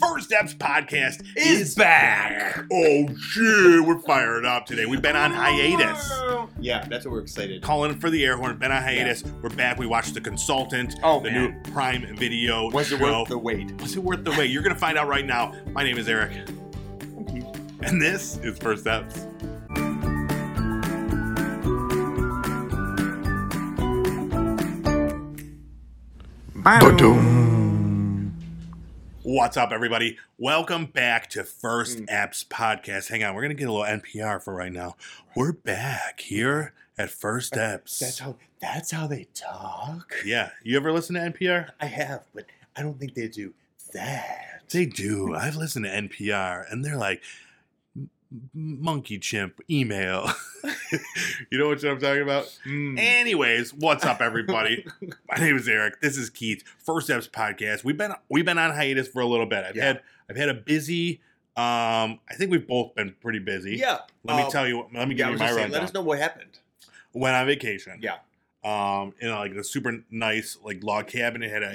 First Steps Podcast is, back. Oh, shit. We're fired up today. We've been on hiatus. Yeah, that's what we're excited. Calling for the air horn. Been on hiatus. We're back. We watched The Consultant, Oh, the man. new Prime Video Was show. it worth the wait? Was it worth the wait? You're going to find out right now. My name is Eric. And this is First Steps. What's up, everybody? Welcome back to Mm. First Apps Podcast. Hang on, we're gonna get a little NPR for right now. We're back here at First Apps. That's how. That's how they talk. yeah, you ever listen to NPR? I have, but I don't think they do that. They do. I've listened to NPR, and they're like "M- monkey chimp email. you know what I'm talking about? Hmm. Anyways, what's up, everybody? My name is Eric. This is Keith. First Steps podcast. We've been we've been on hiatus for a little bit. I've Yeah. had I've had a busy. Um, I think we've both been pretty busy. yeah. Let me uh, tell you. Let me give Yeah, I you was my gonna say, rundown. let us know what happened. Went on vacation. Yeah. Um, in like a super nice like log cabin. It had a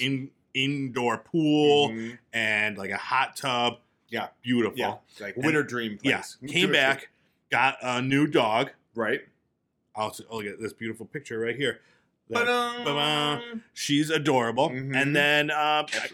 heated in, indoor pool Mhm. and like a hot tub. Yeah. Beautiful. Yeah, like winter dream. Yeah. Place. Mm-hmm. Came back, got a new dog. right? I'll s- I'll get this beautiful picture right here. That- uh, Ba-dum. She's adorable. Mhm. And then, uh, I-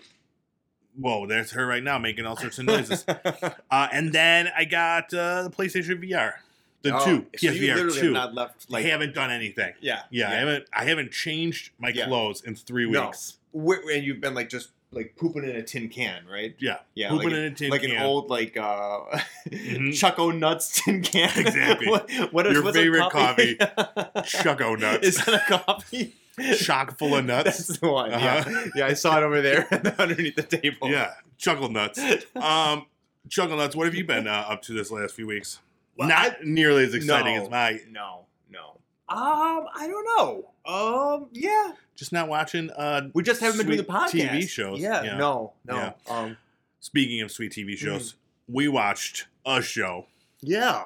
whoa, there's her right now making all sorts of noises. uh, and then I got uh, the PlayStation VR, the Oh, two So you PSVR literally two. have not left. Like, I haven't done anything. yeah, Yeah, I haven't. I haven't changed my Yeah. clothes in three No. weeks. Where, and you've been like just like pooping in a tin can, right? Yeah, Yeah, pooping like, in a tin like can. an old like uh Mhm. Chucko Nuts tin can. Exactly. what, what is Your what's a favorite coffee? Chucko nuts. Is that a coffee? chock full of That's nuts. Uh-huh. the one. Yeah. yeah, I saw it over there underneath the table. yeah, chuckle nuts. Um, chuckle nuts. What have you been uh, up to this last few weeks? Well, Not nearly as exciting No. as my. No, no. Um, I don't know. Um, yeah, Just not watching. Uh, we just haven't been doing the Sweet podcast. TV shows. Yeah, Yeah. no, no. Um, speaking of sweet Mm. TV shows, we watched a show. yeah,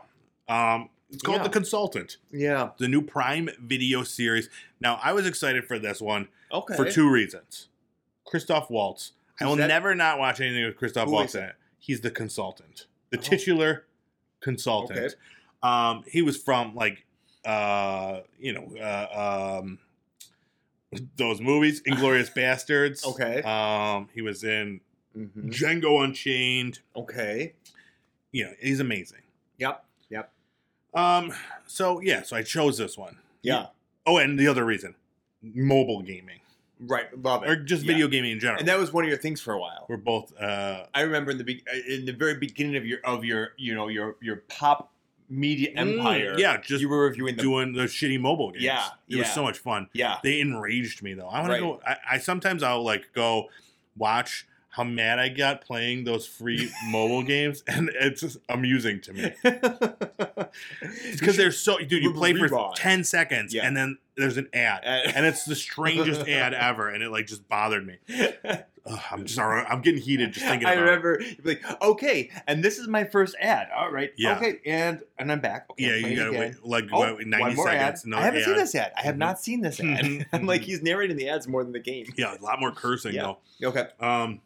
Um, it's called Yeah. The Consultant, yeah. the new Prime Video series. Now, I was excited for this one Okay. for two reasons. Christoph Waltz. I Who's will that? never not watch anything with Christoph Who Waltz is it? in it. He's the consultant, the Oh. titular consultant. Okay. Um, he was from like, uh, you know, uh, um, those movies, Inglorious Bastards. Okay. Um, he was in Mhm. Django Unchained. Okay. You know, he's amazing. Yep. Um, so yeah, so I chose this one. Yeah. Oh, and the other reason, mobile gaming Right. Love it. or just Yeah. video gaming in general. And that was one of your things for a while. We're both uh, I remember in the be- in the very beginning of your of your you know your your pop media empire. Mm, yeah, just you were reviewing the doing the shitty mobile games. Yeah, it was yeah. so much fun. yeah They enraged me though. I want Right. to go. I, I sometimes I'll like go watch how mad I got playing those free mobile games, and it's just amusing to me because they're so dude. You re- play for rewind. ten seconds, Yeah. and then there's an ad. And it's the strangest ad ever, and it like just bothered me. Ugh, I'm just, I'm getting heated just thinking I about it. remember you'd be like okay, and this is my first ad. All right, Yeah. okay, and and I'm back. Okay, Yeah, I'm you playing gotta again. wait like Oh, wait ninety one more seconds. ad. I haven't ad. seen this ad. I have Mhm. not seen this ad. I'm like he's narrating the ads more than the game. Yeah, a lot more cursing Yeah. though. Okay. Um,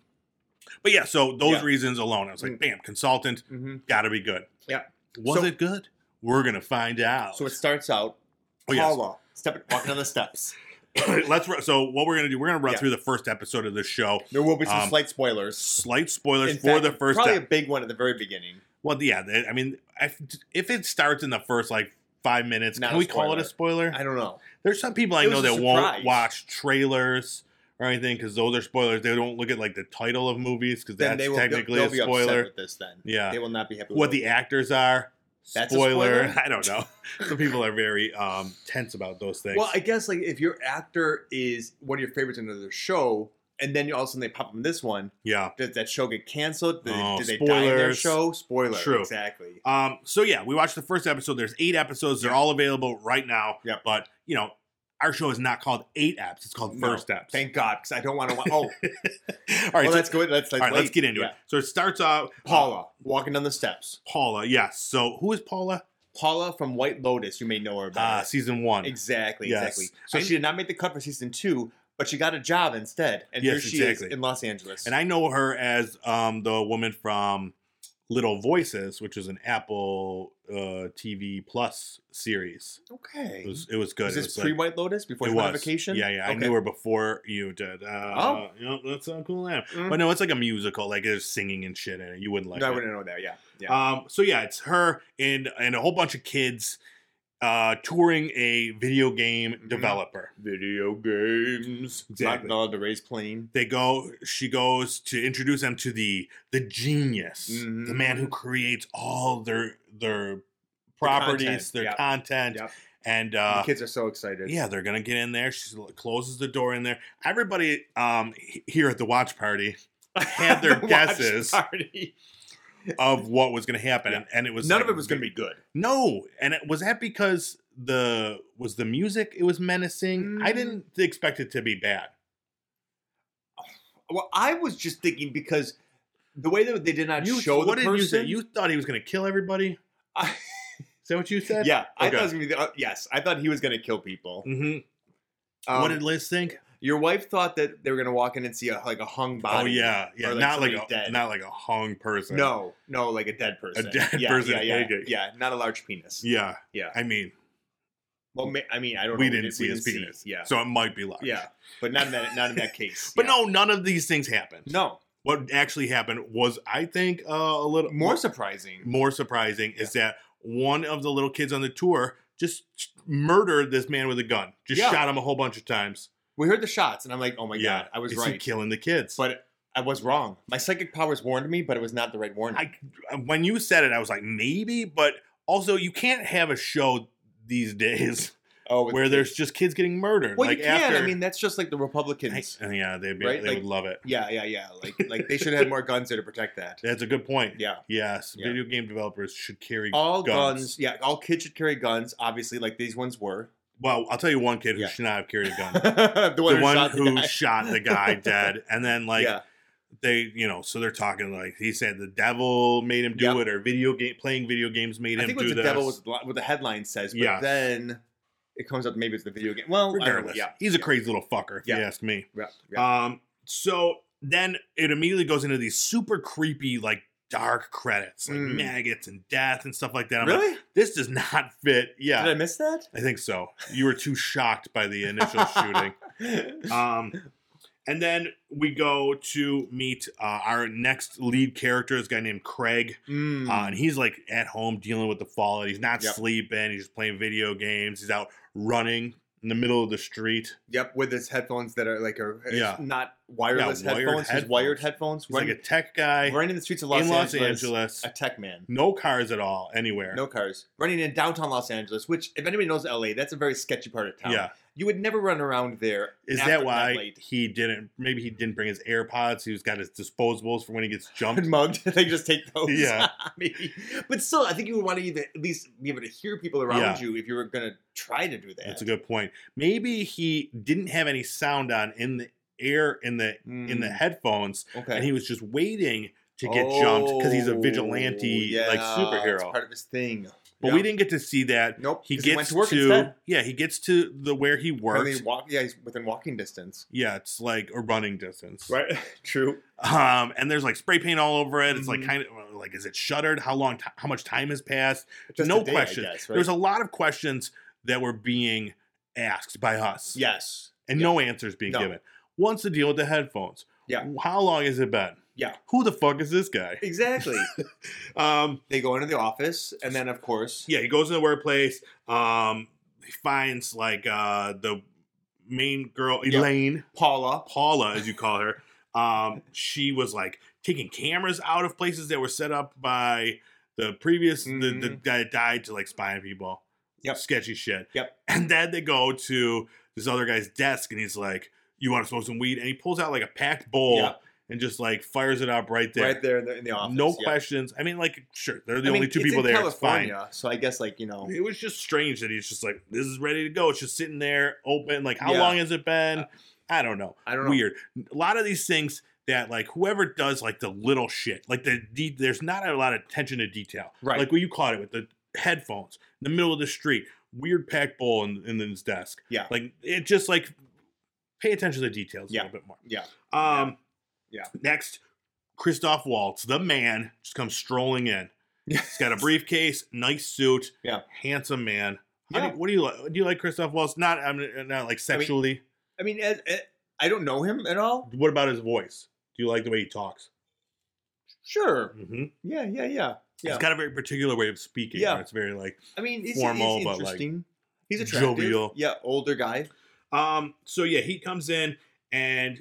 but yeah, so those Yeah. reasons alone, I was like, bam, consultant, hmm got to be good. Yeah. Was So- it good? We're gonna find out. So it starts out. Oh, yes. Paula step, walking on the steps. let's. Run, so what we're gonna do? We're gonna run Yeah. through the first episode of this show. There will be some Um, slight spoilers. Slight spoilers In for fact, the first. probably Ep- a big one at the very beginning. well, yeah. th- I mean, I, if it starts in the first like five minutes, Not can a we call it a spoiler? I don't know. There's some people I It know was a that won't surprise. watch trailers or anything because those are spoilers. They don't look at like the title of movies because Then that's they will technically they'll, a they'll be upset spoiler. with this. Then Yeah. they will not be happy. With What it. the actors are. That's a spoiler. spoiler? I don't know. Some people are very um, tense about those things. Well, I guess like if your actor is one of your favorites in another show, and then you all of a sudden they pop in this one, yeah. does that show get canceled? Did, Oh, they, did they die in their spoilers. show? Spoiler. True. Exactly. Um, so yeah, we watched the first episode. There's eight episodes. They're Yeah. all available right now. Yep. But you know, our show is not called Eight Apps. It's called No, First Apps. Thank God, because I don't want to. Wa- oh, all all right. right. so- let's go. Let's let's, all right. Let's wait. get into Yeah. it. So it starts out Paula walking down the steps. Paula. Yes. So who is Paula? Paula from White Lotus. You may know her Uh, about. season one. exactly. yes. Exactly. So I- she did not make the cut for season two, but she got a job instead, and Yes, here she exactly. is in Los Angeles. And I know her as um, the woman from Little Voices, which is an Apple uh, TV Plus series. okay, It was, it was good. was It this was like- pre White Lotus before it she went on was. vacation? Yeah, yeah. I Okay. knew her before you did. Uh, Oh. you know, that's how cool I am. Mm. But no, it's like a musical. Like there's singing and shit in it. You wouldn't like no, I it. wouldn't know that. Yeah, yeah. Um, so yeah, it's her and and a whole bunch of kids uh, touring a video game Mhm. developer. Video games. Not Exactly. allowed to race plane. They go. She goes to introduce them to the the genius, Mhm. the man who creates all their their properties, content, their yep. content, Yep. and the uh, kids are so excited. yeah, they're gonna get in there. She closes the door in there. Everybody um, he- here at the watch party had their The watch guesses. party. of what was gonna happen, Yeah. and, and it was None like of it was going to be good. No, and it, was that because the was the music? It was menacing. I Mm. didn't expect it to be bad. Well, I was just thinking because the way that they did not show what the did person. you say? You thought he was going to kill everybody. I- Is that what you said? yeah, I Okay. thought it was gonna be the, uh, yes, I thought he was gonna kill people. hmm Um, what did Liz think? your wife thought that they were gonna walk in and see a, like a hung body? Oh yeah, yeah. or, like, not like a somebody dead. not like a hung person. No, no, like a dead person. dead yeah, person Yeah, yeah, hanging. yeah, not a large penis. Yeah. Yeah. I mean, Well, ma- I mean, I don't. we know. didn't see his didn't penis. see- Yeah, So it might be large. yeah, but not in that not in that case. But Yeah. no, none of these things happened. no, What actually happened was, I think, uh, a little more surprising. more surprising is that one of the little kids on the tour just murdered this man with a gun. Just Yeah. shot him a whole bunch of times. We heard the shots, and I'm like, oh my god, I was Is he right, killing the kids? but I was wrong. My psychic powers warned me, but it was not the right warning. I when you said it, I was like maybe, but also you can't have a show these days oh, with where the- there's just kids getting murdered. well, like you can. after, I mean, that's just like the Republicans. I- uh, yeah, they'd be, Right? they Like- would love it. yeah, yeah, yeah. Like, like they should have had more guns there to protect that. That's a good point. Yeah. Yes, Yeah. Oh. video game developers should carry all guns. guns. Yeah, all kids should carry guns. Obviously, like these ones were. Well, I'll tell you one kid who Yeah. should not have carried a gun. the the one who shot the guy. dead, and then like yeah, they you know so they're talking like he said the devil made him do Yep. it or video game playing video games made I him think what do the this. devil was what the headline says, but Yes. then it comes up maybe it's the video game. Well, I don't know. regardless yeah, he's a crazy little fucker if you Yeah. ask me yeah, yeah. um so then it immediately goes into these super creepy like dark credits like Mm. maggots and death and stuff like that I'm like, really? this does not fit Did I Um, yeah miss that? I think so you were too shocked by the initial shooting um and then we go to meet uh, our next lead character is a guy named Craig Mm. Uh, and he's like at home dealing with the fallout. He's not Yep. sleeping. He's just playing video games. He's out running in the middle of the street. yep, with his headphones that are like are uh, Yeah. not wireless Yeah, wired headphones, his wired headphones. He's like a tech guy running in the streets of Los, in Los Angeles, Angeles. a tech man. No cars at all anywhere. No cars. Running in downtown Los Angeles, which, if anybody knows LA, that's a very sketchy part of town. Yeah. You would never run around there. Is after that why late. he didn't? Maybe he didn't bring his AirPods. He's got his disposables for when he gets jumped. Been mugged? they just take those. Yeah. Maybe. But still, I think you would want to either, at least be able to hear people around Yeah. you if you were going to try to do that. That's a good point. Maybe he didn't have any sound on in the air in the in the Mm, headphones, Okay. Oh, and he was just waiting to get jumped because he's a vigilante like It's superhero. part of his thing. But Yeah. we didn't get to see that. Nope. He 'cause gets went to work to instead. yeah, he gets to the where he And works. then he walk, yeah, he's within walking distance. yeah, it's like a running distance. Right. True. Um, and there's like spray paint all over it. It's like Mhm. kind of uh, like is it shuttered? How long? T- how much time has passed? Just No a day, I question. guess, right? There's a lot of questions that were being asked by us. Yes. and no answers being No. given. What's the deal with the headphones? Yeah. How long has it been? Yeah. Who the fuck is this guy? Exactly. Um, they go into the office, and then, of course, yeah, he goes in the workplace. Um, he finds like uh the main girl Yeah. Elaine. Paula. Paula, as you call her, um, she was like taking cameras out of places that were set up by the previous the, the Mhm. guy that died to like spy on people. Yep. Sketchy shit. Yep. And then they go to this other guy's desk and he's like, You want to smoke some weed? And he pulls out like a packed bowl Yep. and just like fires it up right there. Right there in the, in the office. no yeah. questions. I mean, like, sure, they're the I mean, only two it's people in there. It's fine. California, so I guess like you know, It was just strange that he's just like, This is ready to go. It's just sitting there open. Like, how Yeah. long has it been? I don't know I don't know. weird. A lot of these things that like whoever does like the little shit, like the de- there's not a lot of attention to detail. Right. Like what you caught it with the headphones in the middle of the street, weird packed bowl in, in his desk. Yeah. Like it just like pay attention to the details a Yeah. little bit more. Yeah. Um, Yeah. Next, Christoph Waltz, the man, just comes strolling in. Yeah. He's got a briefcase, nice suit. Yeah. Handsome man. How do Yeah. you- what do you like? Do you like Christoph Waltz? Not I'm not like sexually. I mean, as, eh, I don't know him at all. what about his voice? Do you like the way he talks? Sure. Mm-hmm. Yeah, yeah, yeah. Yeah. He's got a very particular way of speaking. Yeah. where It's very like. I mean, he's, Formal, he's but, like, interesting. he's attractive. jovial. Yeah, older guy. Um. So yeah, he comes in and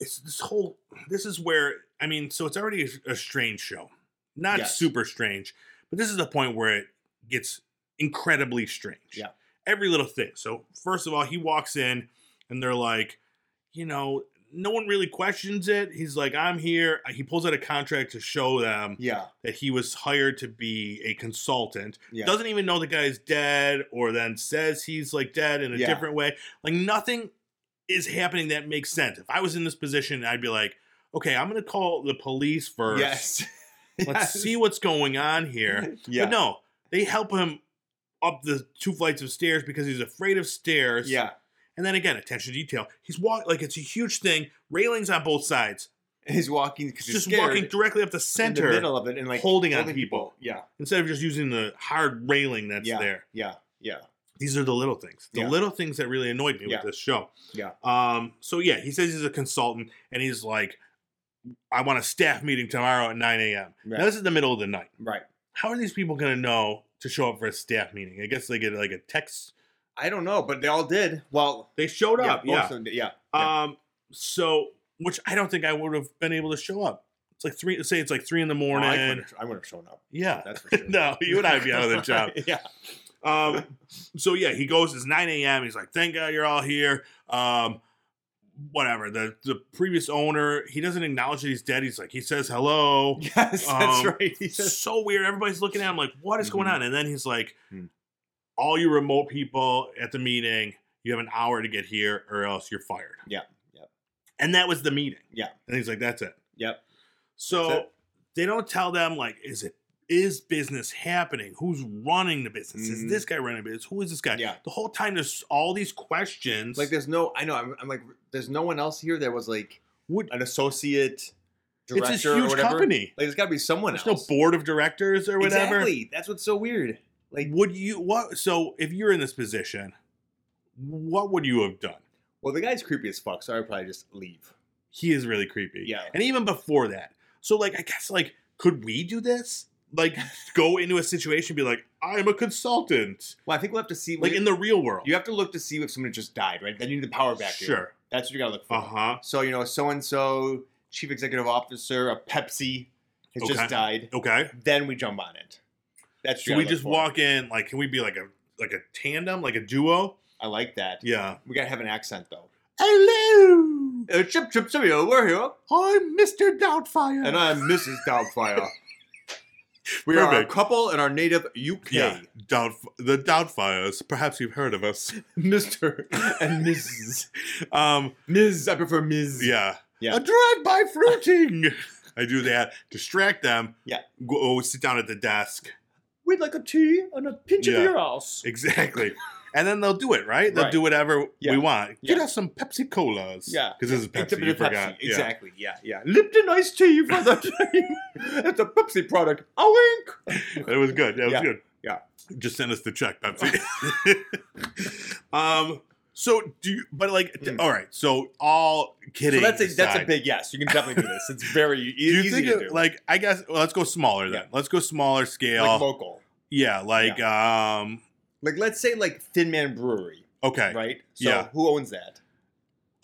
it's this whole. This is where I mean. So it's already a, a strange show, not Yes. super strange, but this is the point where it gets incredibly strange. Yeah. Every little thing. So first of all, he walks in and they're like, you know, no one really questions it. He's like, I'm here. He pulls out a contract to show them Yeah, that he was hired to be a consultant yeah. doesn't even know the guy's dead or then says he's like dead in a Yeah. different way like nothing is happening that makes sense if i was in this position i'd be like okay i'm gonna call the police first Yes. let's Yes. see what's going on here Yeah. but no they help him up the two flights of stairs because he's afraid of stairs Yeah. and then again attention to detail he's walking like it's a huge thing railings on both sides He's walking because he's he's just scared walking directly up the in the center middle of it and like holding on people. Yeah, instead of just using the hard railing that's Yeah. there yeah, yeah. these are the little things the Yeah. little things that really annoyed me Yeah. with this show Yeah. um so yeah he says he's a consultant and he's like i want a staff meeting tomorrow at 9 a.m Right. now this is the middle of the night Right. how are these people going to know to show up for a staff meeting i guess they get like a text I don't know, but they all did. Well, they showed yeah, up most yeah, of them did. Yeah, yeah. um so which i don't think i would have been able to show up it's like three say it's like three in the Oh, I, morning couldn't have- I wouldn't have shown up. yeah That's for sure. no you and i'd be out of the job yeah, Um, so yeah, he goes. It's 9 a.m. He's like, "Thank God you're all here." Um, whatever. The the previous owner, he doesn't acknowledge that he's dead. He's like, he says hello. yes, Um, that's right. He It's says, so weird. Everybody's looking at him like, "What is going Mhm. on?" And then he's like, Hmm. "All you remote people at the meeting, you have an hour to get here, or else you're fired." Yeah, yeah. And that was the meeting. Yeah. And he's like, "That's it." "Yep, So That's it. they don't tell them like, is it is business happening? Who's running the business? Is Mhm. this guy running the business? Who is this guy? Yeah. The whole time there's all these questions. Like, there's no. I know. I'm, I'm like, there's no one else here that was like Would- an associate it's director this or huge whatever. company. Like, there's got to be someone There's else. no board of directors or whatever. Exactly. That's what's so weird. Like, Would you what? So if you're in this position, what would you have done? well, the guy's creepy as fuck, so I would probably just leave. He is really creepy. Yeah. And even before that, so like I guess like could we do this? Like go into a situation and be like, I'm a consultant, Well, I think we'll have to see. like in the real world. you have to look to see if someone just died, right? Then you need the power vacuum. sure. That's what you gotta look for. Uh huh. So you know, so and so chief executive officer of Pepsi has Okay. just died. Okay. Then we jump on it. That's So what we you gotta look just for. walk in. Like, can we be like a like a tandem, like a duo? I like that. Yeah. We gotta have an accent though. Hello, Uh, chip chip studio, we're here, I'm Mr. Doubtfire. and I'm Mrs. Doubtfire. We are a Perfect. couple in our native UK, yeah, Doubt the Doubtfires. Perhaps you've heard of us. Mister and Mrs. Um, Ms. I prefer Ms. yeah, Yeah. A drive by fruiting. I do that, distract them. Yeah. Go oh, sit down at the desk. We'd like a tea and a pinch Yeah. of your ass. Exactly. And then they'll do it, right? They'll Right. do whatever Yeah. we want. Get Yeah. us some Pepsi Colas. Yeah. Because this is It's a Pepsi. bit You of Pepsi. forgot. Yeah. Exactly. Yeah. yeah, Lipton iced tea for the team. it's a Pepsi product. A wink. It was good. That was Yeah. good. Yeah. Just send us the check, Pepsi. um. So do you? But like, d- Oh. Mm. all right. So all So kidding. that's a that's a aside, big yes. You can definitely do this. It's very e- Do you easy think to it- do. like I guess well, let's go smaller then. Yeah. Let's go smaller Like scale. local. yeah. Like um. Like let's say like Thin Man Brewery, Okay. right? So Yeah. who owns that?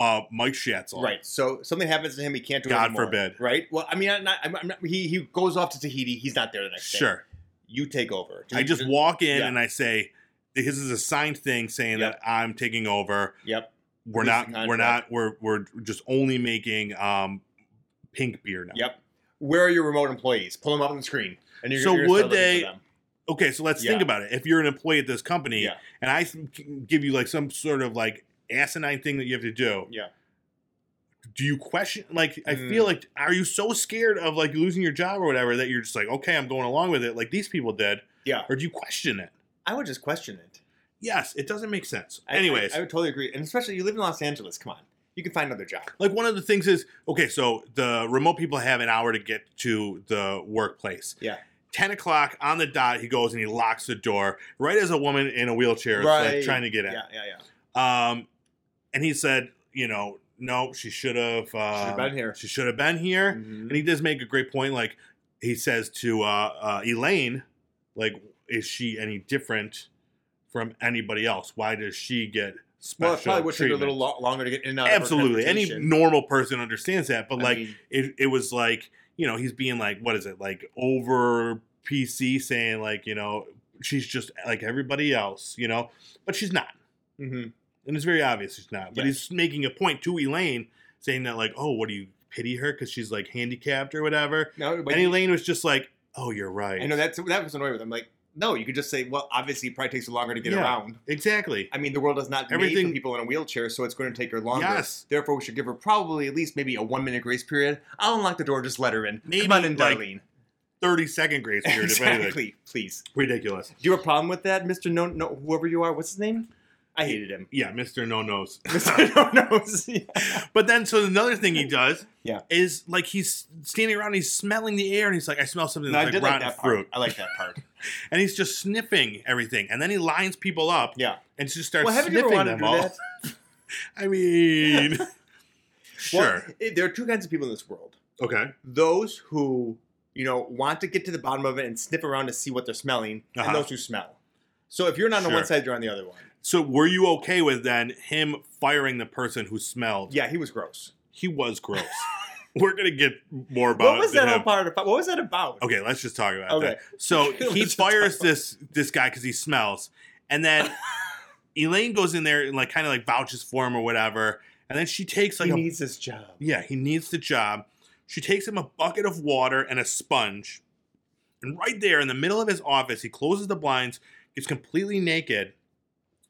Uh, Mike Schatzel. Right. So something happens to him, he can't do it. God anymore, forbid. Right. Well, I mean, I'm not, I'm, I'm not. He he goes off to Tahiti. He's not there the next day. Sure. You take over. I just walk in yeah. and I say, "This is a signed thing saying Yep. that I'm taking over. Yep. We're This not. is the We're not. We're we're just only making um, pink beer now. Yep. Where are your remote employees? Pull them up on the screen. And you're, So you're gonna start would looking for they- them. okay so let's Yeah. think about it if you're an employee at this company Yeah. and i s- give you like some sort of like asinine thing that you have to do Yeah. do you question like i Mm. feel like are you so scared of like losing your job or whatever that you're just like okay i'm going along with it like these people did Yeah. or do you question it I would just question it. Yes, it doesn't make sense. I- Anyways, I, I would totally agree, and especially you live in Los Angeles. Come on, you can find another job. like one of the things is okay. So the remote people have an hour to get to the workplace. Yeah. Ten o'clock on the dot, he goes and he locks the door right as a woman in a wheelchair is like Right. trying to get Yeah, in. yeah, yeah. Um, and he said, you know, no, she should have. Uh, Should've been here. She should have been here. Mhm. And he does make a great point. Like he says to uh, uh, Elaine, like, is she any different from anybody else? Why does she get special Well, it probably would take her a treatment? little lo- longer to get in and out. of her Absolutely, any transportation. normal person understands that. But I like, mean, it, it was like you know he's being like what is it like over PC saying like you know she's just like everybody else you know, but she's not mhm. and it's very obvious she's not. But he's making a point to Elaine, saying that like, oh, what do you pity her because she's like handicapped or whatever. no, but and Elaine was just like, oh, you're right. I know that's that was annoying with. I'm like, no, you could just say, well, obviously, it probably takes her longer to get Yeah. around. exactly. I mean, the world is not made Everything- for people in a wheelchair, so it's going to take her longer. Yes. Therefore, we should give her probably at least maybe a one minute grace period. I'll unlock the door, just let her in. Maybe, Come on in, like, Darlene. Thirty second grace period. if anything. Exactly, please. Ridiculous. Do you have a problem with that, Mister No? No, whoever you are, what's his name? I hated him. Yeah, Mister No Knows. Mister No knows. Yeah. But then, so another thing he does Yeah. is like he's standing around, he's smelling the air, and he's like, I smell something No, I that's did like like rotten that part. fruit. I like that part. And he's just sniffing everything. And then he lines people up Yeah. and just starts well, haven't you sniffing ever them wanted to do all. that? I mean, Well, sure. it- there are two kinds of people in this world. okay. Those who, you know, want to get to the bottom of it and sniff around to see what they're smelling, Uh-huh. and those who smell. So if you're not on Sure. one side, you're on the other one. So were you okay with then him firing the person who smelled? Yeah, he was gross. He was gross. We're gonna get more about what was it than that whole him. part about? What was that about? Okay, let's just talk about Okay. that. So Let's he just talk fires about- this this guy because he smells, and then Elaine goes in there and like kind of like vouches for him or whatever, and then she takes like he a needs this job. yeah he needs the job. She takes him a bucket of water and a sponge, and right there in the middle of his office, he closes the blinds, gets completely naked,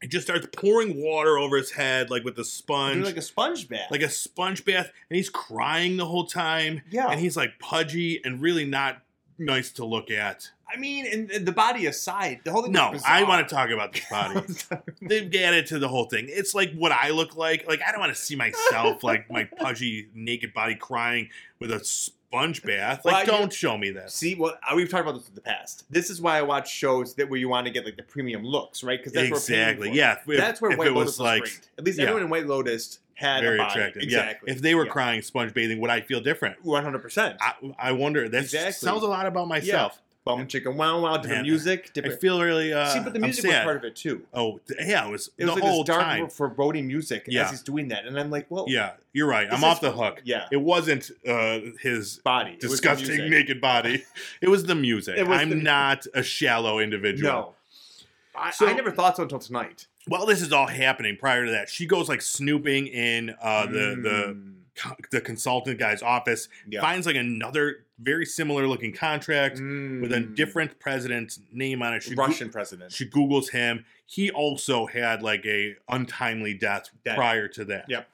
and just starts pouring water over his head like with the Dude, sponge, like a sponge bath. like a sponge bath, and he's crying the whole time, yeah. and he's like pudgy and really not nice to look at. I mean, and, and the body aside, the whole thing. No, was I want to talk about this body. to. They've added to the whole thing. It's like what I look like. Like I don't want to see myself like my pudgy naked body crying with a sponge bath. Like Well, you- don't show me this. See, well, I- we've talked about this in the past. This is why I watch shows that where you want to get like the premium looks, right? Because that's what we're paying Exactly. for. Yeah. If, that's where if White it was Lotus was like great. At least yeah. everyone in White Lotus had very a body. attractive. Exactly. Yeah. If they were Yeah. crying sponge bathing, would I feel different? 100%. I, I wonder. That Exactly. sounds a lot about myself. Bum chicken wow wow, different Man, music, I different. feel really. Uh, See, but the I'm music was sad. part of it too. Oh th- yeah, it was the It was like whole this dark, time. foreboding music Yeah. as he's doing that, and I'm like, well, Yeah, you're right. this I'm off is- the hook. yeah, It wasn't uh, his body, It was the disgusting music. naked body. It was the music. It was I'm the- not a shallow individual. No, I, So- I never thought so until tonight. While this is all happening, prior to that, she goes like snooping in uh, the the Mm, co- the consultant guy's office, yeah. finds like another very similar looking contract with a Mm. different president's name on it. She Russian president. She googles him. He also had like a untimely death Death. prior to that. Yep.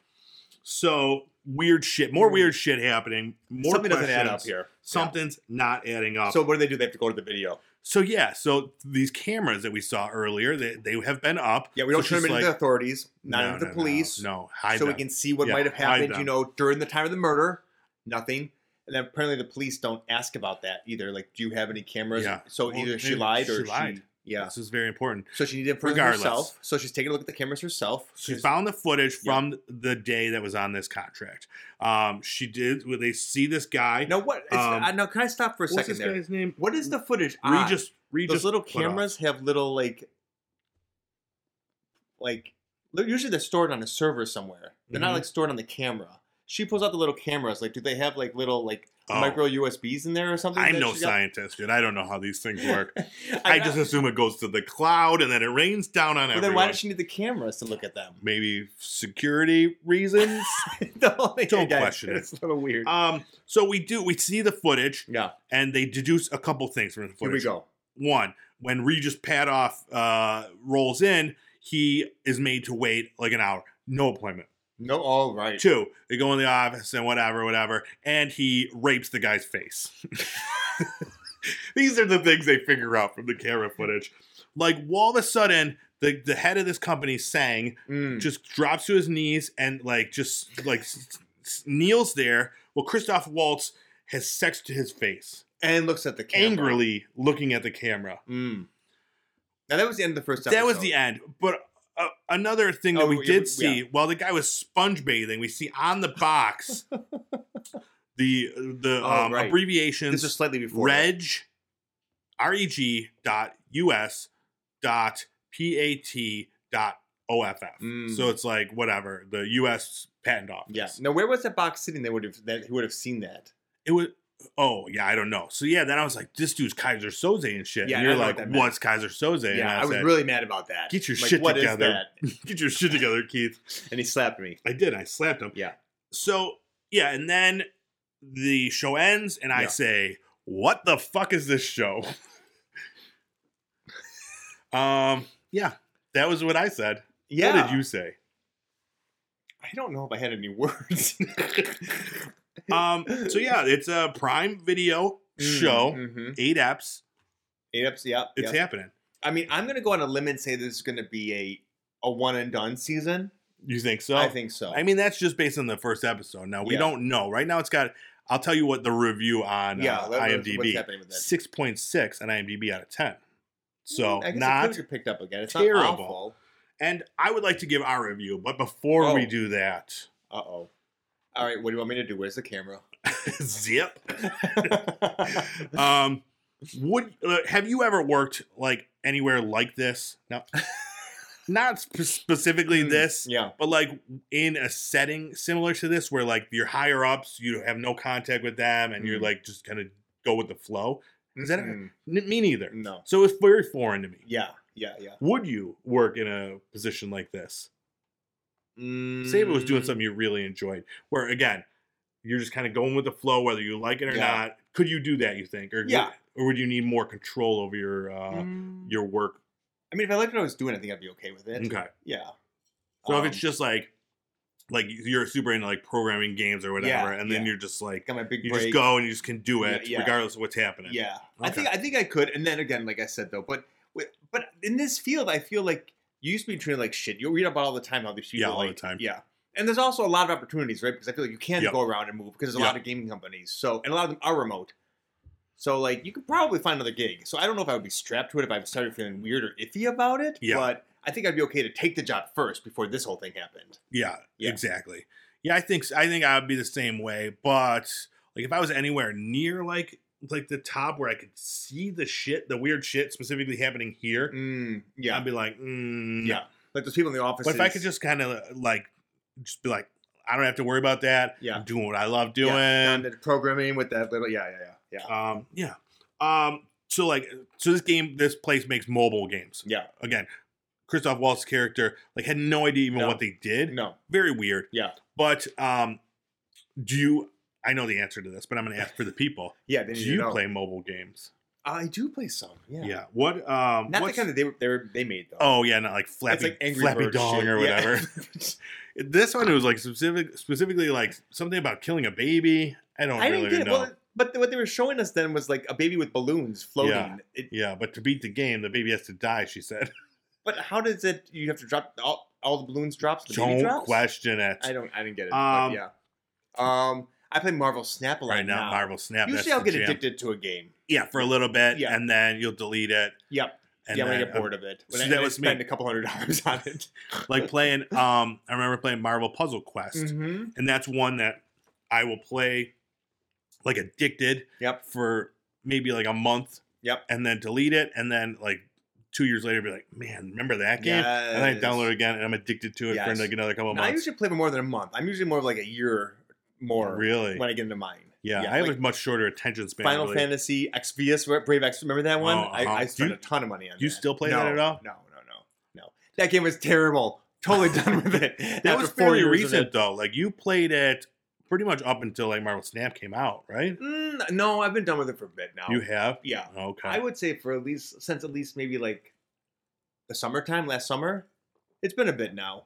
So weird shit. More Hmm. weird shit happening. More Something doesn't add up questions. here. Something's not adding up. So So, what do they do? They have to go to the video. yeah. So these cameras that we saw earlier, they, they have been up. Yeah, we don't So turn she's them into like, the authorities, not no, into the no, no, police. No, hide so we them. can see what Yeah, might have hide happened, them. you know, during the time of the murder. Nothing. And then apparently the police don't ask about that either. Like, do you have any cameras? Yeah. So Well, either she dude, lied she or she, lied. Yeah. This is very important. So she needed it for Regardless. herself. So she's taking a look at the cameras herself. She She's- found the footage Yeah. from the day that was on this contract. Um, she did. well, They see this guy. now what? It's, um, uh, now can I stop for a What's second this there? guy's name? What is the footage? on? Regis. Regis. Those little put on. cameras have little like, like they're usually they're stored on a server somewhere. They're Mhm. not like stored on the camera. She pulls out the little cameras. Like, do they have like little like Oh. micro USBs in there or something? I'm that no she got? scientist, dude. I don't know how these things work. I, I just assume it goes to the cloud and then it rains down on But everyone. then why does she need the cameras to look at them? Maybe security reasons. The whole thing, Don't again, question it. It's a little weird. um, so we do we see the footage yeah. and they deduce a couple things from the Here we footage. go. One, when Regis Padoff uh, rolls in, he is made to wait like an hour. No appointment. No. All right. Two, they go in the office and whatever, whatever, and he rapes the guy's face. These are the things they figure out from the camera footage. Like all of a sudden, the the head of this company sang Mm. just drops to his knees and like just like s- s- kneels there while Christoph Waltz has sex to his face, And looks at the camera. angrily looking at the camera. Mm. Now that was the end of the first episode. That was the end. But uh, another thing that Oh, we yeah, did we- see while the guy was sponge bathing, we see on the box the the Oh, um, right. This abbreviations was slightly before. that. reg reg dot us dot pat dot off. Mm. So it's like whatever the U.S. patent office. Yeah. Now where was that box sitting? They would have that he would have seen that. It was. Oh yeah, I don't know. So yeah, then I was like, this dude's Kaiser Soze and shit. Yeah, and I you're know what like, that meant. what's Kaiser Soze? Yeah, and I was said, really mad about that. Get your Like, shit what is together. that? get your shit together, Keith. And he slapped me. I did. I slapped him. Yeah. So yeah, and then the show ends, and I Yeah. say, "What the fuck is this show?" um. Yeah, that was what I said. Yeah. What did you say? I don't know if I had any words. Um. So yeah, it's a Prime Video show. Mm-hmm. Eight eps. Eight ups. Yep. It's yep. happening. I mean, I'm gonna go on a limb and say this is gonna be a a one and done season. You think so? I think so. I mean, that's just based on the first episode. Now we Yeah. don't know. Right now, it's got. I'll tell you what the review on yeah. uh, let- let's- What's IMDb happening with that? Mm, six point six on IMDb out of ten. So Hmm, I guess not it could have picked up again. It's terrible. not awful. And I would like to give our review, but before we Oh. do that, Uh oh. All right. What do you want me to do? Where's the camera? zip. Um, would uh, have you ever worked like anywhere like this? No, not sp- specifically Hmm, this, yeah. but like in a setting similar to this, where like your higher ups, you have no contact with them, and you're Hmm. like just kind of go with the flow. Is that- Mm, N- me neither. no? So it's very foreign to me. Yeah. Yeah. Yeah. Would you work in a position like this? Say if it was Mm. doing something you really enjoyed, where again, you're just kind of going with the flow, whether you like it or Yeah. not. Could you do that? You think, or Yeah. or would you need more control over your uh, Mm. your work? I mean, if I liked what I was doing, I think I'd be okay with it. Okay, Yeah. so Um, if it's just like like you're super into like programming games or whatever, Yeah, and then yeah. you're just like got my big you break. just go and you just can do Yeah, it yeah. regardless of what's happening. Yeah, I Okay. think I think I could. And then again, like I said though, but wi- but in this field, I feel like you used to be treated like shit. You read about all the time how these people Yeah, all the like- time. Yeah, and there's also a lot of opportunities, right? Because I feel like you can Yep. go around and move because there's a lot of gaming companies. So and a lot of them are remote. So like you could probably find another gig. So I don't know if I would be strapped to it if I started feeling weird or iffy about it. Yeah. But I think I'd be okay to take the job first before this whole thing happened. Yeah, Yeah. exactly. Yeah, I think s- I think I'd be the same way, but like if I was anywhere near like like the top where I could see the shit, the weird shit specifically happening here, Mm, yeah. I'd be like, mm, yeah. yeah. Like those people in the office. But if I could just kind of like just be like, I don't have to worry about that. Yeah. I'm doing what I love doing. yeah, and Yeah. the programming with that little yeah yeah yeah yeah. Um, yeah. Um, so like, so this game, this place makes mobile games. Yeah. Again, Christoph Waltz's character like had no idea even No. what they did. No. Very weird. Yeah. But um, do you? I know the answer to this, but I'm going to ask for the people. Yeah. They do need to you know. play mobile games? I do play some. Yeah. What? Um, Not the what's- kind that they were, they were they made though. Oh yeah, not like That's Flappy, Flappy Bird Dong shit. or Yeah. whatever. This one it was like specific, specifically like something about killing a baby. I don't I really didn't get know. it. Well, but what they were showing us then was like a baby with balloons floating. Yeah. It, yeah, but to beat the game, the baby has to die. She said, but how does it? You have to drop all, all the balloons drops. The baby "Don't drops? question it." I don't. I didn't get it. Um, but yeah. Um, I play Marvel Snap a lot right now, Marvel Snap. that's Usually, I'll the get jam. addicted to a game. Yeah, for a little bit, Yeah. and then you'll delete it. Yep. And yeah, when I then, um, get bored of it. When so I, that and I was me. spend a couple hundred dollars on it. um, like playing. Um, I remember playing Marvel Puzzle Quest, mm-hmm. and that's one that I will play like addicted Yep. for maybe like a month. Yep. and then delete it, and then like two years later, be like, "Man, remember that game?" and then I Yes. download it again, and I'm addicted to it for Yes. like another couple No, I months. usually play for more than a month. I'm usually more of like a year more really? when I get into mine. yeah, I have like a much shorter attention span. Final really. Fantasy XVS Brave X. Remember that one? Oh, uh-huh. I, I Do spent you- a ton of money on. do you that. still play no, that at all? No, no, no, no. That game was terrible. Totally done with it. That After was four fairly years of recent, it. though. Like you played it pretty much up until like Marvel Snap came out, right? Mm, no, I've been done with it for a bit now. You have. yeah, Okay. I would say for at least since at least maybe like the summertime last summer. It's been a bit now.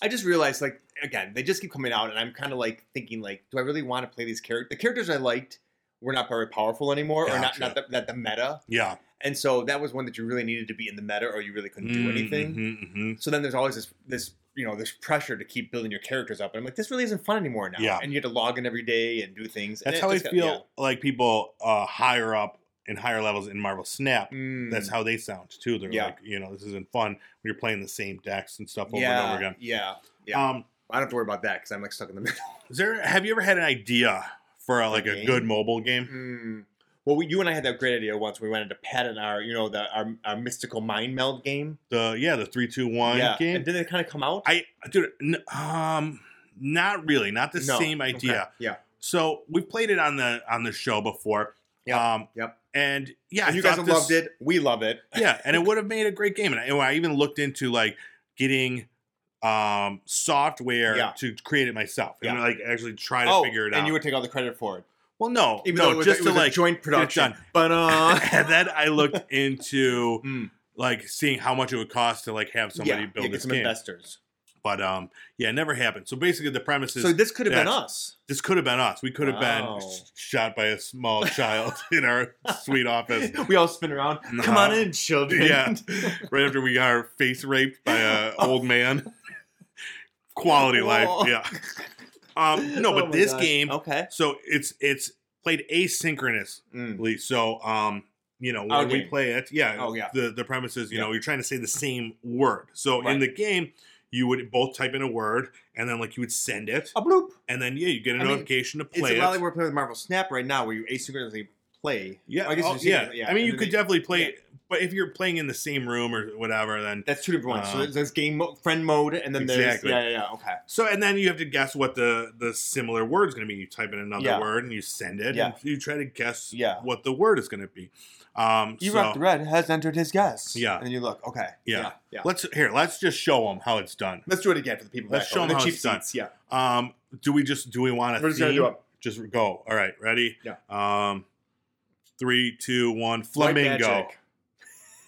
I just realized like again they just keep coming out, and I'm kind of like thinking like, do I really want to play these characters? The characters I liked were not very powerful anymore, or not Gotcha. not the, not the meta. yeah. And so that was one that you really needed to be in the meta or you really couldn't do anything. Mhm, mhm. So then there's always this this you know this pressure to keep building your characters up, and I'm like, this really isn't fun anymore now. Yeah. And you had to log in every day and do things. and That's it how I just got- feel yeah. like people uh, higher up in higher levels in Marvel Snap. Mm. That's how they sound too. They're Yeah. like, you know, this isn't fun when you're playing the same decks and stuff over yeah, and over again. Yeah. yeah. Um, I don't have to worry about that because I'm like stuck in the middle. is there? Have you ever had an idea for uh, like a game? good mobile game? Mm. Well, we, you and I had that great idea once. We went into patent our, you know, the, our, our mystical mind meld game. The yeah, the three two one yeah. game. And did it kind of come out? I dude, n- um, not really, not the No. same Okay. idea. Yeah. So we played it on the on the show before. Yep, Um, yep. And yeah, And I you guys thought have this- loved it. We love it. yeah, and it would have made a great game. And I, and I even looked into like getting um software Yeah. to create it myself and Yeah. like actually try to figure it out. Oh, and you would take all the credit for it. well, no, Even though it no, was, just it to was a like. joint production. But uh, and then I looked into Mm. like seeing how much it would cost to like have somebody yeah, build yeah, get this some game, investors. but um, yeah, it never happened. So basically, the premise is So this could have been that's- us. this could have been us. We could have Wow. been sh- shot by a small child in our sweet office We all spin around. Come Nah. on in, children. Yeah. right after we got our face raped by a old man. Quality Oh. life, yeah. Um, no, Oh but my this gosh. game, Okay. so it's it's played asynchronously. Mm. So, um, you know, when Our we game. play it, yeah, Oh, yeah. The the premise is, you Yeah. know, you're trying to say the same word. So Right. in the game, you would both type in a word, and then like you would send it, A bloop. and then yeah, you get a I mean, notification to It's play a it. lot like we're playing with Marvel Snap right now, where you asynchronously play. yeah, I guess oh, you're seeing yeah. it, yeah, I mean, and you then could they- definitely play, yeah. but if you're playing in the same room or whatever, then That's two different ones. so Uh, there's, there's game mo- friend mode, and then Exactly. there's yeah, yeah, yeah. Okay. So and then you have to guess what the the similar word's going to be. You type in another Yeah. word and you send it. Yeah. And you try to guess Yeah. what the word is going to be. Um, You so rock the red has entered his guess. Yeah. And then you look. Okay. Yeah. Yeah. yeah. let's here. Let's just show them how it's done. Let's do it again for the people. Let's back show home. 'em the how cheap it's done. seats. Yeah. Um, do we just do we want to? We're just gonna do it. Just go. All right, ready? Yeah. Um, three, two, one. White Flamingo. magic.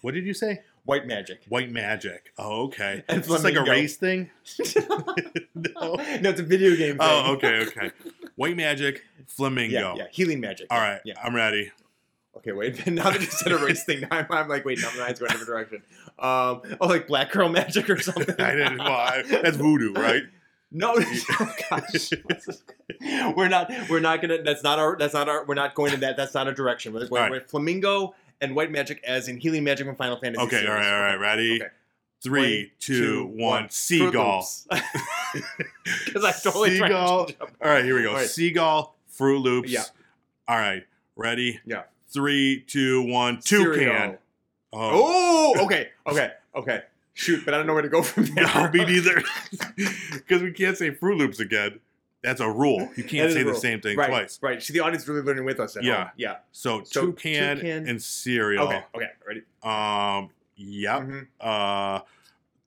What did you say? White magic. White magic. Oh, okay. And Is this like a flamingo. race thing? no, no. it's a video game. Thing. Oh, okay, okay. White magic. Flamingo. Yeah, yeah. Healing magic. All right, Yeah. I'm ready. Okay, wait. Now that you said a race thing, now I'm, I'm like, wait, now my eyes go in a different direction. Um, oh, like black girl magic or something. I didn't. Well, I, that's voodoo, right? No, oh, gosh, we're not. We're not gonna. That's not our. That's not our. We're not going in that. That's not our direction. We're, we're, All right. we're flamingo and white magic, as in healing magic from Final Fantasy. Okay, series. all right, all right. Ready? Okay. Three, One, two, one. two, one. Seagull. Because I totally tried to Seagull. change up. All right, here we go. All right. Seagull, Fruit Loops. Yeah. All right, ready? Yeah. Three, two, one. Toucan. Cereal. Oh, Oh, okay, okay, okay. Shoot, but I don't know where to go from there. no, me neither. Because we can't say Fruit Loops again. That's a rule. You That can't is say a the rule. same thing right, twice. Right. See, the audience is really learning with us. At Yeah. Home. Yeah. So, So, toucan, toucan- and cereal. Okay. Okay. Ready. Um. Yep. Mhm. Uh.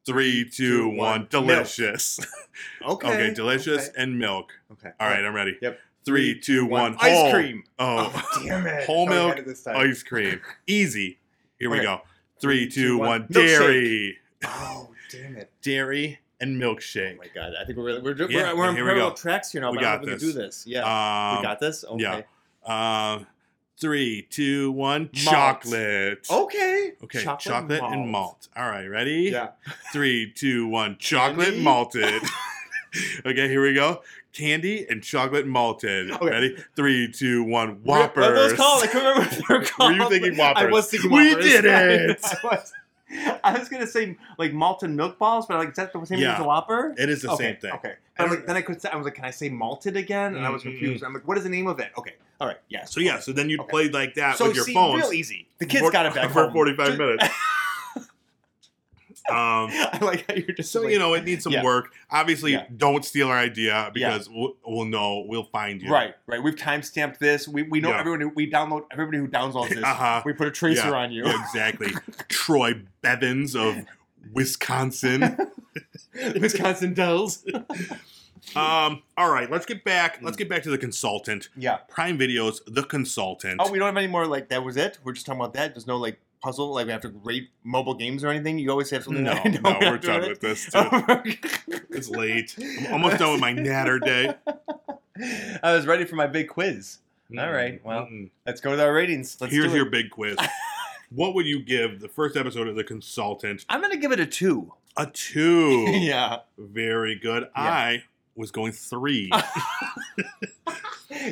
Three, two, two, one. one. Delicious. Okay. Okay, delicious Okay. and milk. okay. All right, I'm ready. Yep. Three, two, one. Whole. Ice cream. Oh, damn it! Whole I thought we milk, had it this time. ice cream. Easy. Here we Okay. go. Three, two, two, one. one. Dairy, Oh, damn it. dairy, and Oh milkshake. my god! I think we're really, we're, ju- Yeah, we're, we're on here we parallel go. tracks here now. We but I got don't know if this. we can do this. Yeah, Um, we got this. Okay. yeah. uh, three, two, one. Malt. Chocolate. Okay. Okay, Oh. chocolate, and malt. All right, ready? Yeah. Three, two, one. Chocolate Candy. malted. okay, here we go. Candy and chocolate malted. Okay. Ready? Three, two, one. What Whoppers. are those called? I couldn't remember what they're Were called. you thinking I Whoppers? was thinking We Whoppers. did it! I was, I was gonna say like malted milk balls, but like is that the same Yeah. thing as a Whopper? It is the okay, same thing. Okay. But I'm like, then I could say I was like, can I say malted again? And I was Mm, mm, confused. I'm like, what is the name of it? Okay. All right. Yeah. So yeah, so then you'd Okay. play like that so with your see, phone real easy. The kids got it back for home. 45 Just- minutes. um, I like how you're just so like, you know it needs some Yeah. work. Obviously, Yeah. don't steal our idea because we'll, we'll know we'll find you. Right, right. We've timestamped this. We, we know Yeah. everyone. Who, we download everybody who downloads this. Uh huh. We put a tracer Yeah. on you. Exactly. Troy Bevins of Wisconsin. Wisconsin Dells. Um, all right, let's get back. Hmm. Let's get back to the consultant. Yeah. Prime Videos, the consultant. Oh, we don't have any more. Like that was it. We're just talking about that. There's no like puzzle. Like we have to rate mobile games or anything. You always have something. no, that I know no, we we're have to done rate. with this. Too. Oh, It's late. I'm almost done with my natter day. I was ready for my big quiz. All right, well, Mm-mm. Let's go to our ratings. Let's here's do it. your big quiz. What would you give the first episode of The Consultant? I'm gonna give it a two. A two. yeah, Very good. Yeah. I was going three.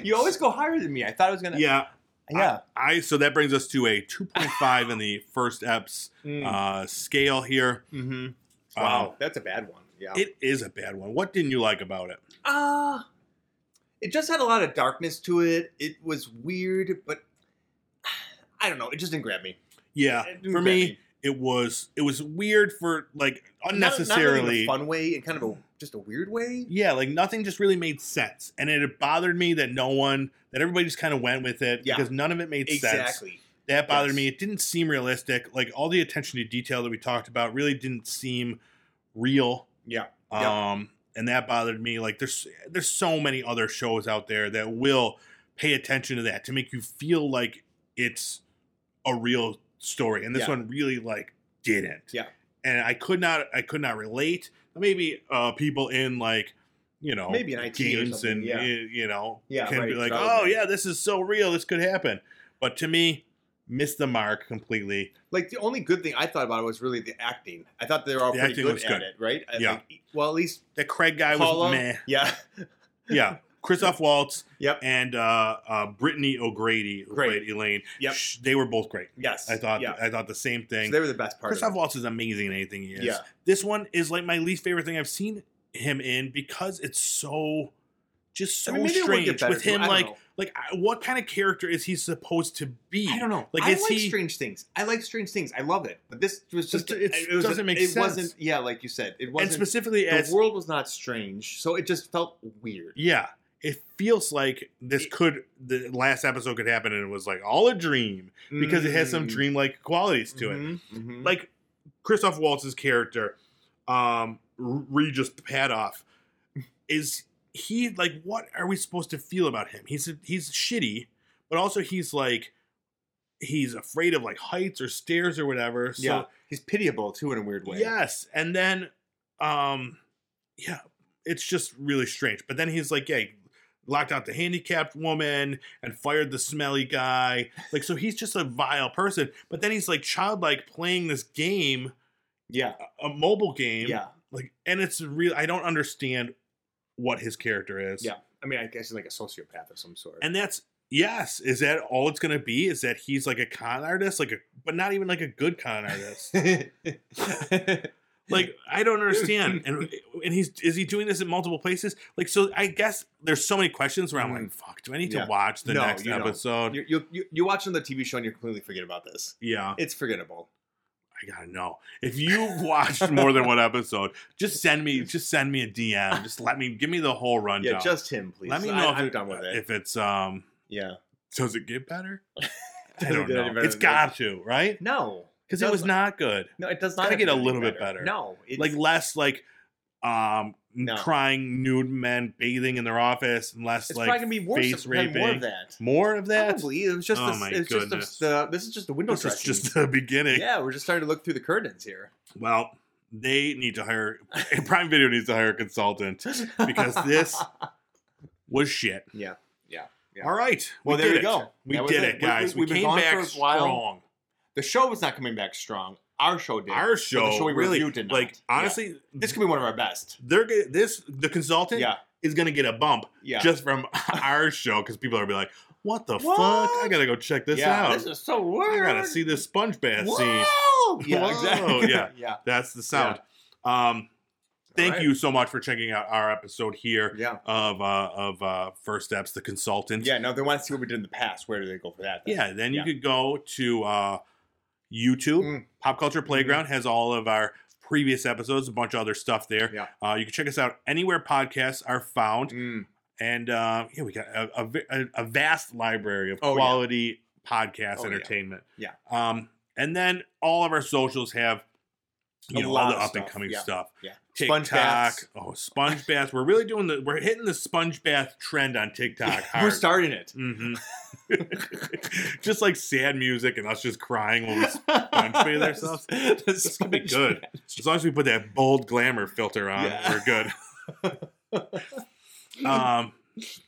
you always go higher than me. I thought I was gonna. yeah. yeah. I so that brings us to a 2.5 in the first eps uh, scale here. mm-hmm. Um, Hmm. Wow, that's a bad one. Yeah. it is a bad one. What didn't you like about it? Uh, it just had a lot of darkness to it. It was weird, but I don't know. It just didn't grab me. Yeah, It didn't for grab me, it was it was weird for like Not- not really unnecessarily. in a fun way, and kind of a just a weird way. yeah, like nothing just really made sense, and it bothered me that no one that everybody just kind of went with it Yeah. because none of it made sense. Exactly. That bothered Yes. me. It didn't seem realistic. Like all the attention to detail that we talked about really didn't seem real. Yeah. Yep. Um, and that bothered me. Like there's there's so many other shows out there that will pay attention to that to make you feel like it's a real story. And this Yeah. one really like didn't. Yeah. And I could not I could not relate. Maybe uh people in like you know Maybe in IT or games something, and yeah. y- you know Yeah, can right, be like development. oh yeah this is so real this could happen but to me missed the mark completely Like the only good thing I thought about was really the acting. I thought they were all The pretty acting good was at good. it, right? I- Yeah. like, well, at least the craig guy Paula. was meh yeah. yeah christoph waltz Yep. and uh, uh, Brittany O'Grady, who Great. played Elaine. Yep. Sh- they were both great. Yes. I thought Yeah. I thought the same So thing. they were the best part. Christoph Of Waltz is amazing in anything he it. is. Yeah. This one is like my least favorite thing I've seen him in because it's so just so I mean, maybe it would get strange better with too. him. I don't Like know. like I- what kind of character is he supposed to be? I don't know. Like, I is like he- strange things. I like strange things. I love it. But this was just It- it it was doesn't make it sense. wasn't yeah, like you said. It and wasn't specifically the as world was not strange, so it just felt weird. yeah, it feels like this It- could the last episode could happen and it was like all a dream because it has Mm. Mm-hmm. some dreamlike qualities to it. like Christoph Waltz's character, um, R- Regis Padoff, is he like what are we supposed to feel about him? He's he's shitty, but also he's like he's afraid of like heights or stairs or whatever. So yeah. He's pitiable too in a weird way. yes, and then um, yeah, it's just really strange. But then he's like, yeah. he Locked out the handicapped woman and fired the smelly guy. Like, so he's just a vile person. But then he's like childlike playing this game Yeah. a mobile game. Yeah. Like, and it's real. I don't understand what his character is. Yeah. I mean, I guess he's like a sociopath of some sort. And that's yes. Is that all it's gonna be? Is that he's like a con artist, like a but not even like a good con artist. like I don't understand. And and he's is he doing this in multiple places? Like so, I guess there's so many questions where I'm Mm. like, fuck. Do I need Yeah. to watch the No, next you don't. episode? you you you you watch another TV show and you completely forget about this. Yeah, It's forgettable. I gotta know. If you watched more than one episode, just send me just send me a DM. Just let me give me the whole rundown. Yeah, just him, please. Let me I- know if I'm it- done with it. if it's um yeah. does it get better? I Doesn't don't get any know. better It's than that. got to, right? No. Because it was doesn't. not good. No, it does gotta not. have get to a any little bit better. No, it's, Like less like um No. crying nude men bathing in their office and less it's like probably gonna be worse. face than- probably More raping. of that. more of that. Probably. It was just. Oh this, my it's goodness. just the, the- This is just the window This is dressing. just the beginning. yeah, we're just starting to look through the curtains here. Well, they need to hire Prime Video needs to hire a consultant because this was shit. Yeah. Yeah. Yeah. All right. Well, we there did you go. We That was did it. it, We- we- guys. We, we've been came gone back for a while. strong. The show was not coming back strong. Our show did. Our but show, the show we really, reviewed did not. like Yeah. honestly, this could be one of our best. they're g- this the consultant Yeah. is gonna get a bump Yeah. just from our show because people are gonna be like, "What the What? fuck? I gotta go check this yeah. out. This is so I weird. gotta see this sponge bath scene." Whoa! Yeah. Whoa, Exactly. yeah. yeah. That's the sound. Um, thank All right. you so much for checking out our episode here Yeah. of uh, of uh, First Steps, the consultant. Yeah. No, they want to see what we did in the past. Where do they go for that? then? Yeah, Then Yeah. you could go to uh, YouTube. Mm. Pop Culture Playground has all of our previous episodes, a bunch of other stuff there. Yeah. Uh, you can check us out anywhere podcasts are found. Mm. and uh, yeah, we got a, a, vi- a- a vast library of Oh, yeah. quality podcast Oh, yeah. entertainment. Yeah. Um, and you know, all of our socials have you A know all lot the of up and stuff, coming yeah, stuff. yeah. TikTok. Sponge baths. Oh, sponge baths. We're really doing the. We're hitting the sponge bath trend on TikTok. Hard. We're starting it. Mhm. just like sad music and us just crying when we sponge bathe ourselves. This gonna be good. As long as we put that bold glamour filter on, Yeah. we're good. um,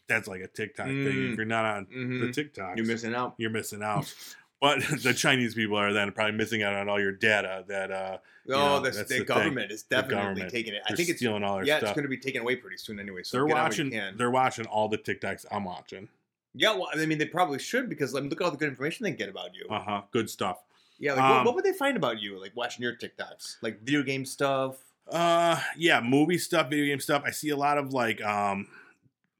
that's like a TikTok thing. Mm. If you're not on the TikToks, Mm-hmm. You're missing out. you're missing out. But the Chinese people are then probably missing out on all your data that uh, Oh, know, the, that's the, the government is definitely government. taking it. I they're think it's stealing all our yeah, it's stuff. going to be taken away pretty soon anyway. So they're get on what you watching. can. They're watching all the TikToks I'm watching. Yeah, well, I mean, they probably should because I mean, look at all the good information they get about you. Uh huh. Good stuff. yeah, like what, um, what would they find about you? Like watching your TikToks, like video game stuff. Uh, yeah, movie stuff, video game stuff. I see a lot of like um,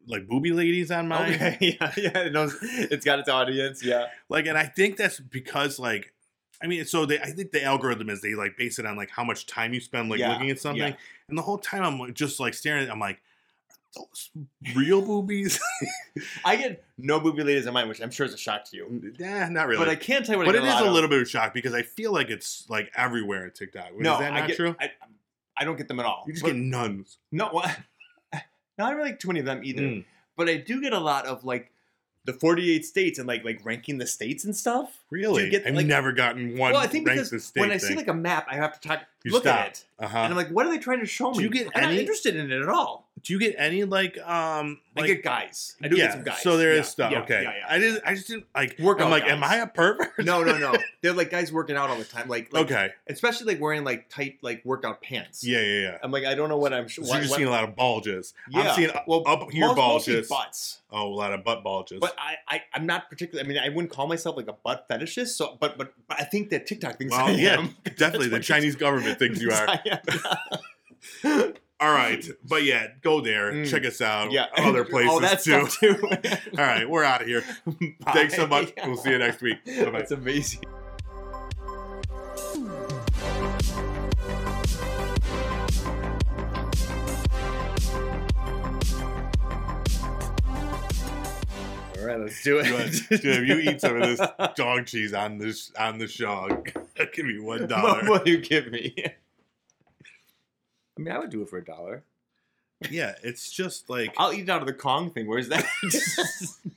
like booby ladies on mine. Okay, yeah, yeah, it knows, it's got its audience. Yeah, Like, and I think that's because like. I mean, so they. I think the algorithm is they like base it on like how much time you spend like Yeah, looking at something, yeah. and the whole time I'm like, just like staring. at it, I'm like, are those real boobies? I get no movie ladies in mind, which I'm sure is a shock to you. nah, not Mm, really. Mm, But I can tell you what. But I it get is lot a of. little bit of a shock because I feel like it's like everywhere at TikTok. No, is that I not get, true? I, I don't get them at all. You just But- get nuns. no, well, not really too many of them either. Mm. But I do get a lot of like the 48 states and like like ranking the states and stuff. Really? you get, I've like- never gotten one well, I think ranked because the state when I see thing. like a map, I have to talk, You look stop. at it, uh-huh. and I'm like, what are they trying to show me? Do you get I'm any- not interested in it at all. do you get any like um like I get guys. I do yeah, get some guys. So there is Yeah, stuff. yeah, okay. Yeah, yeah. I didn't I just didn't like work. Workout I'm like, am guys. I a pervert? no, no, no. They're like guys working out all the time, like, like okay. especially like wearing like tight like workout pants. Yeah, yeah, yeah. I'm like, I don't know uh, what I'm. So Sure. you're just seeing a lot of bulges. I'm Yeah. seeing up, well, up here most- mostly bulges. butts. Oh, a lot of butt bulges. But I, I, I'm not particular. I mean, I wouldn't call myself like a butt fetishist. So, but, but, but I think that TikTok thinks Well, I yeah, am. Definitely the That's what Chinese government thinks you are. I am, All right. But yeah, go there. Mm. Check us out. yeah. Other places All that too. stuff too. All right, we're out of here. Bye. Thanks so much. We'll see you next week. Bye-bye. That's amazing. All right, let's do Dude, it. if you eat some of this dog cheese on this on the show, give me one what dollar. will you give me? I mean, I would do it for a dollar. Yeah, it's just like I'll eat it out of the Kong thing. Where's that?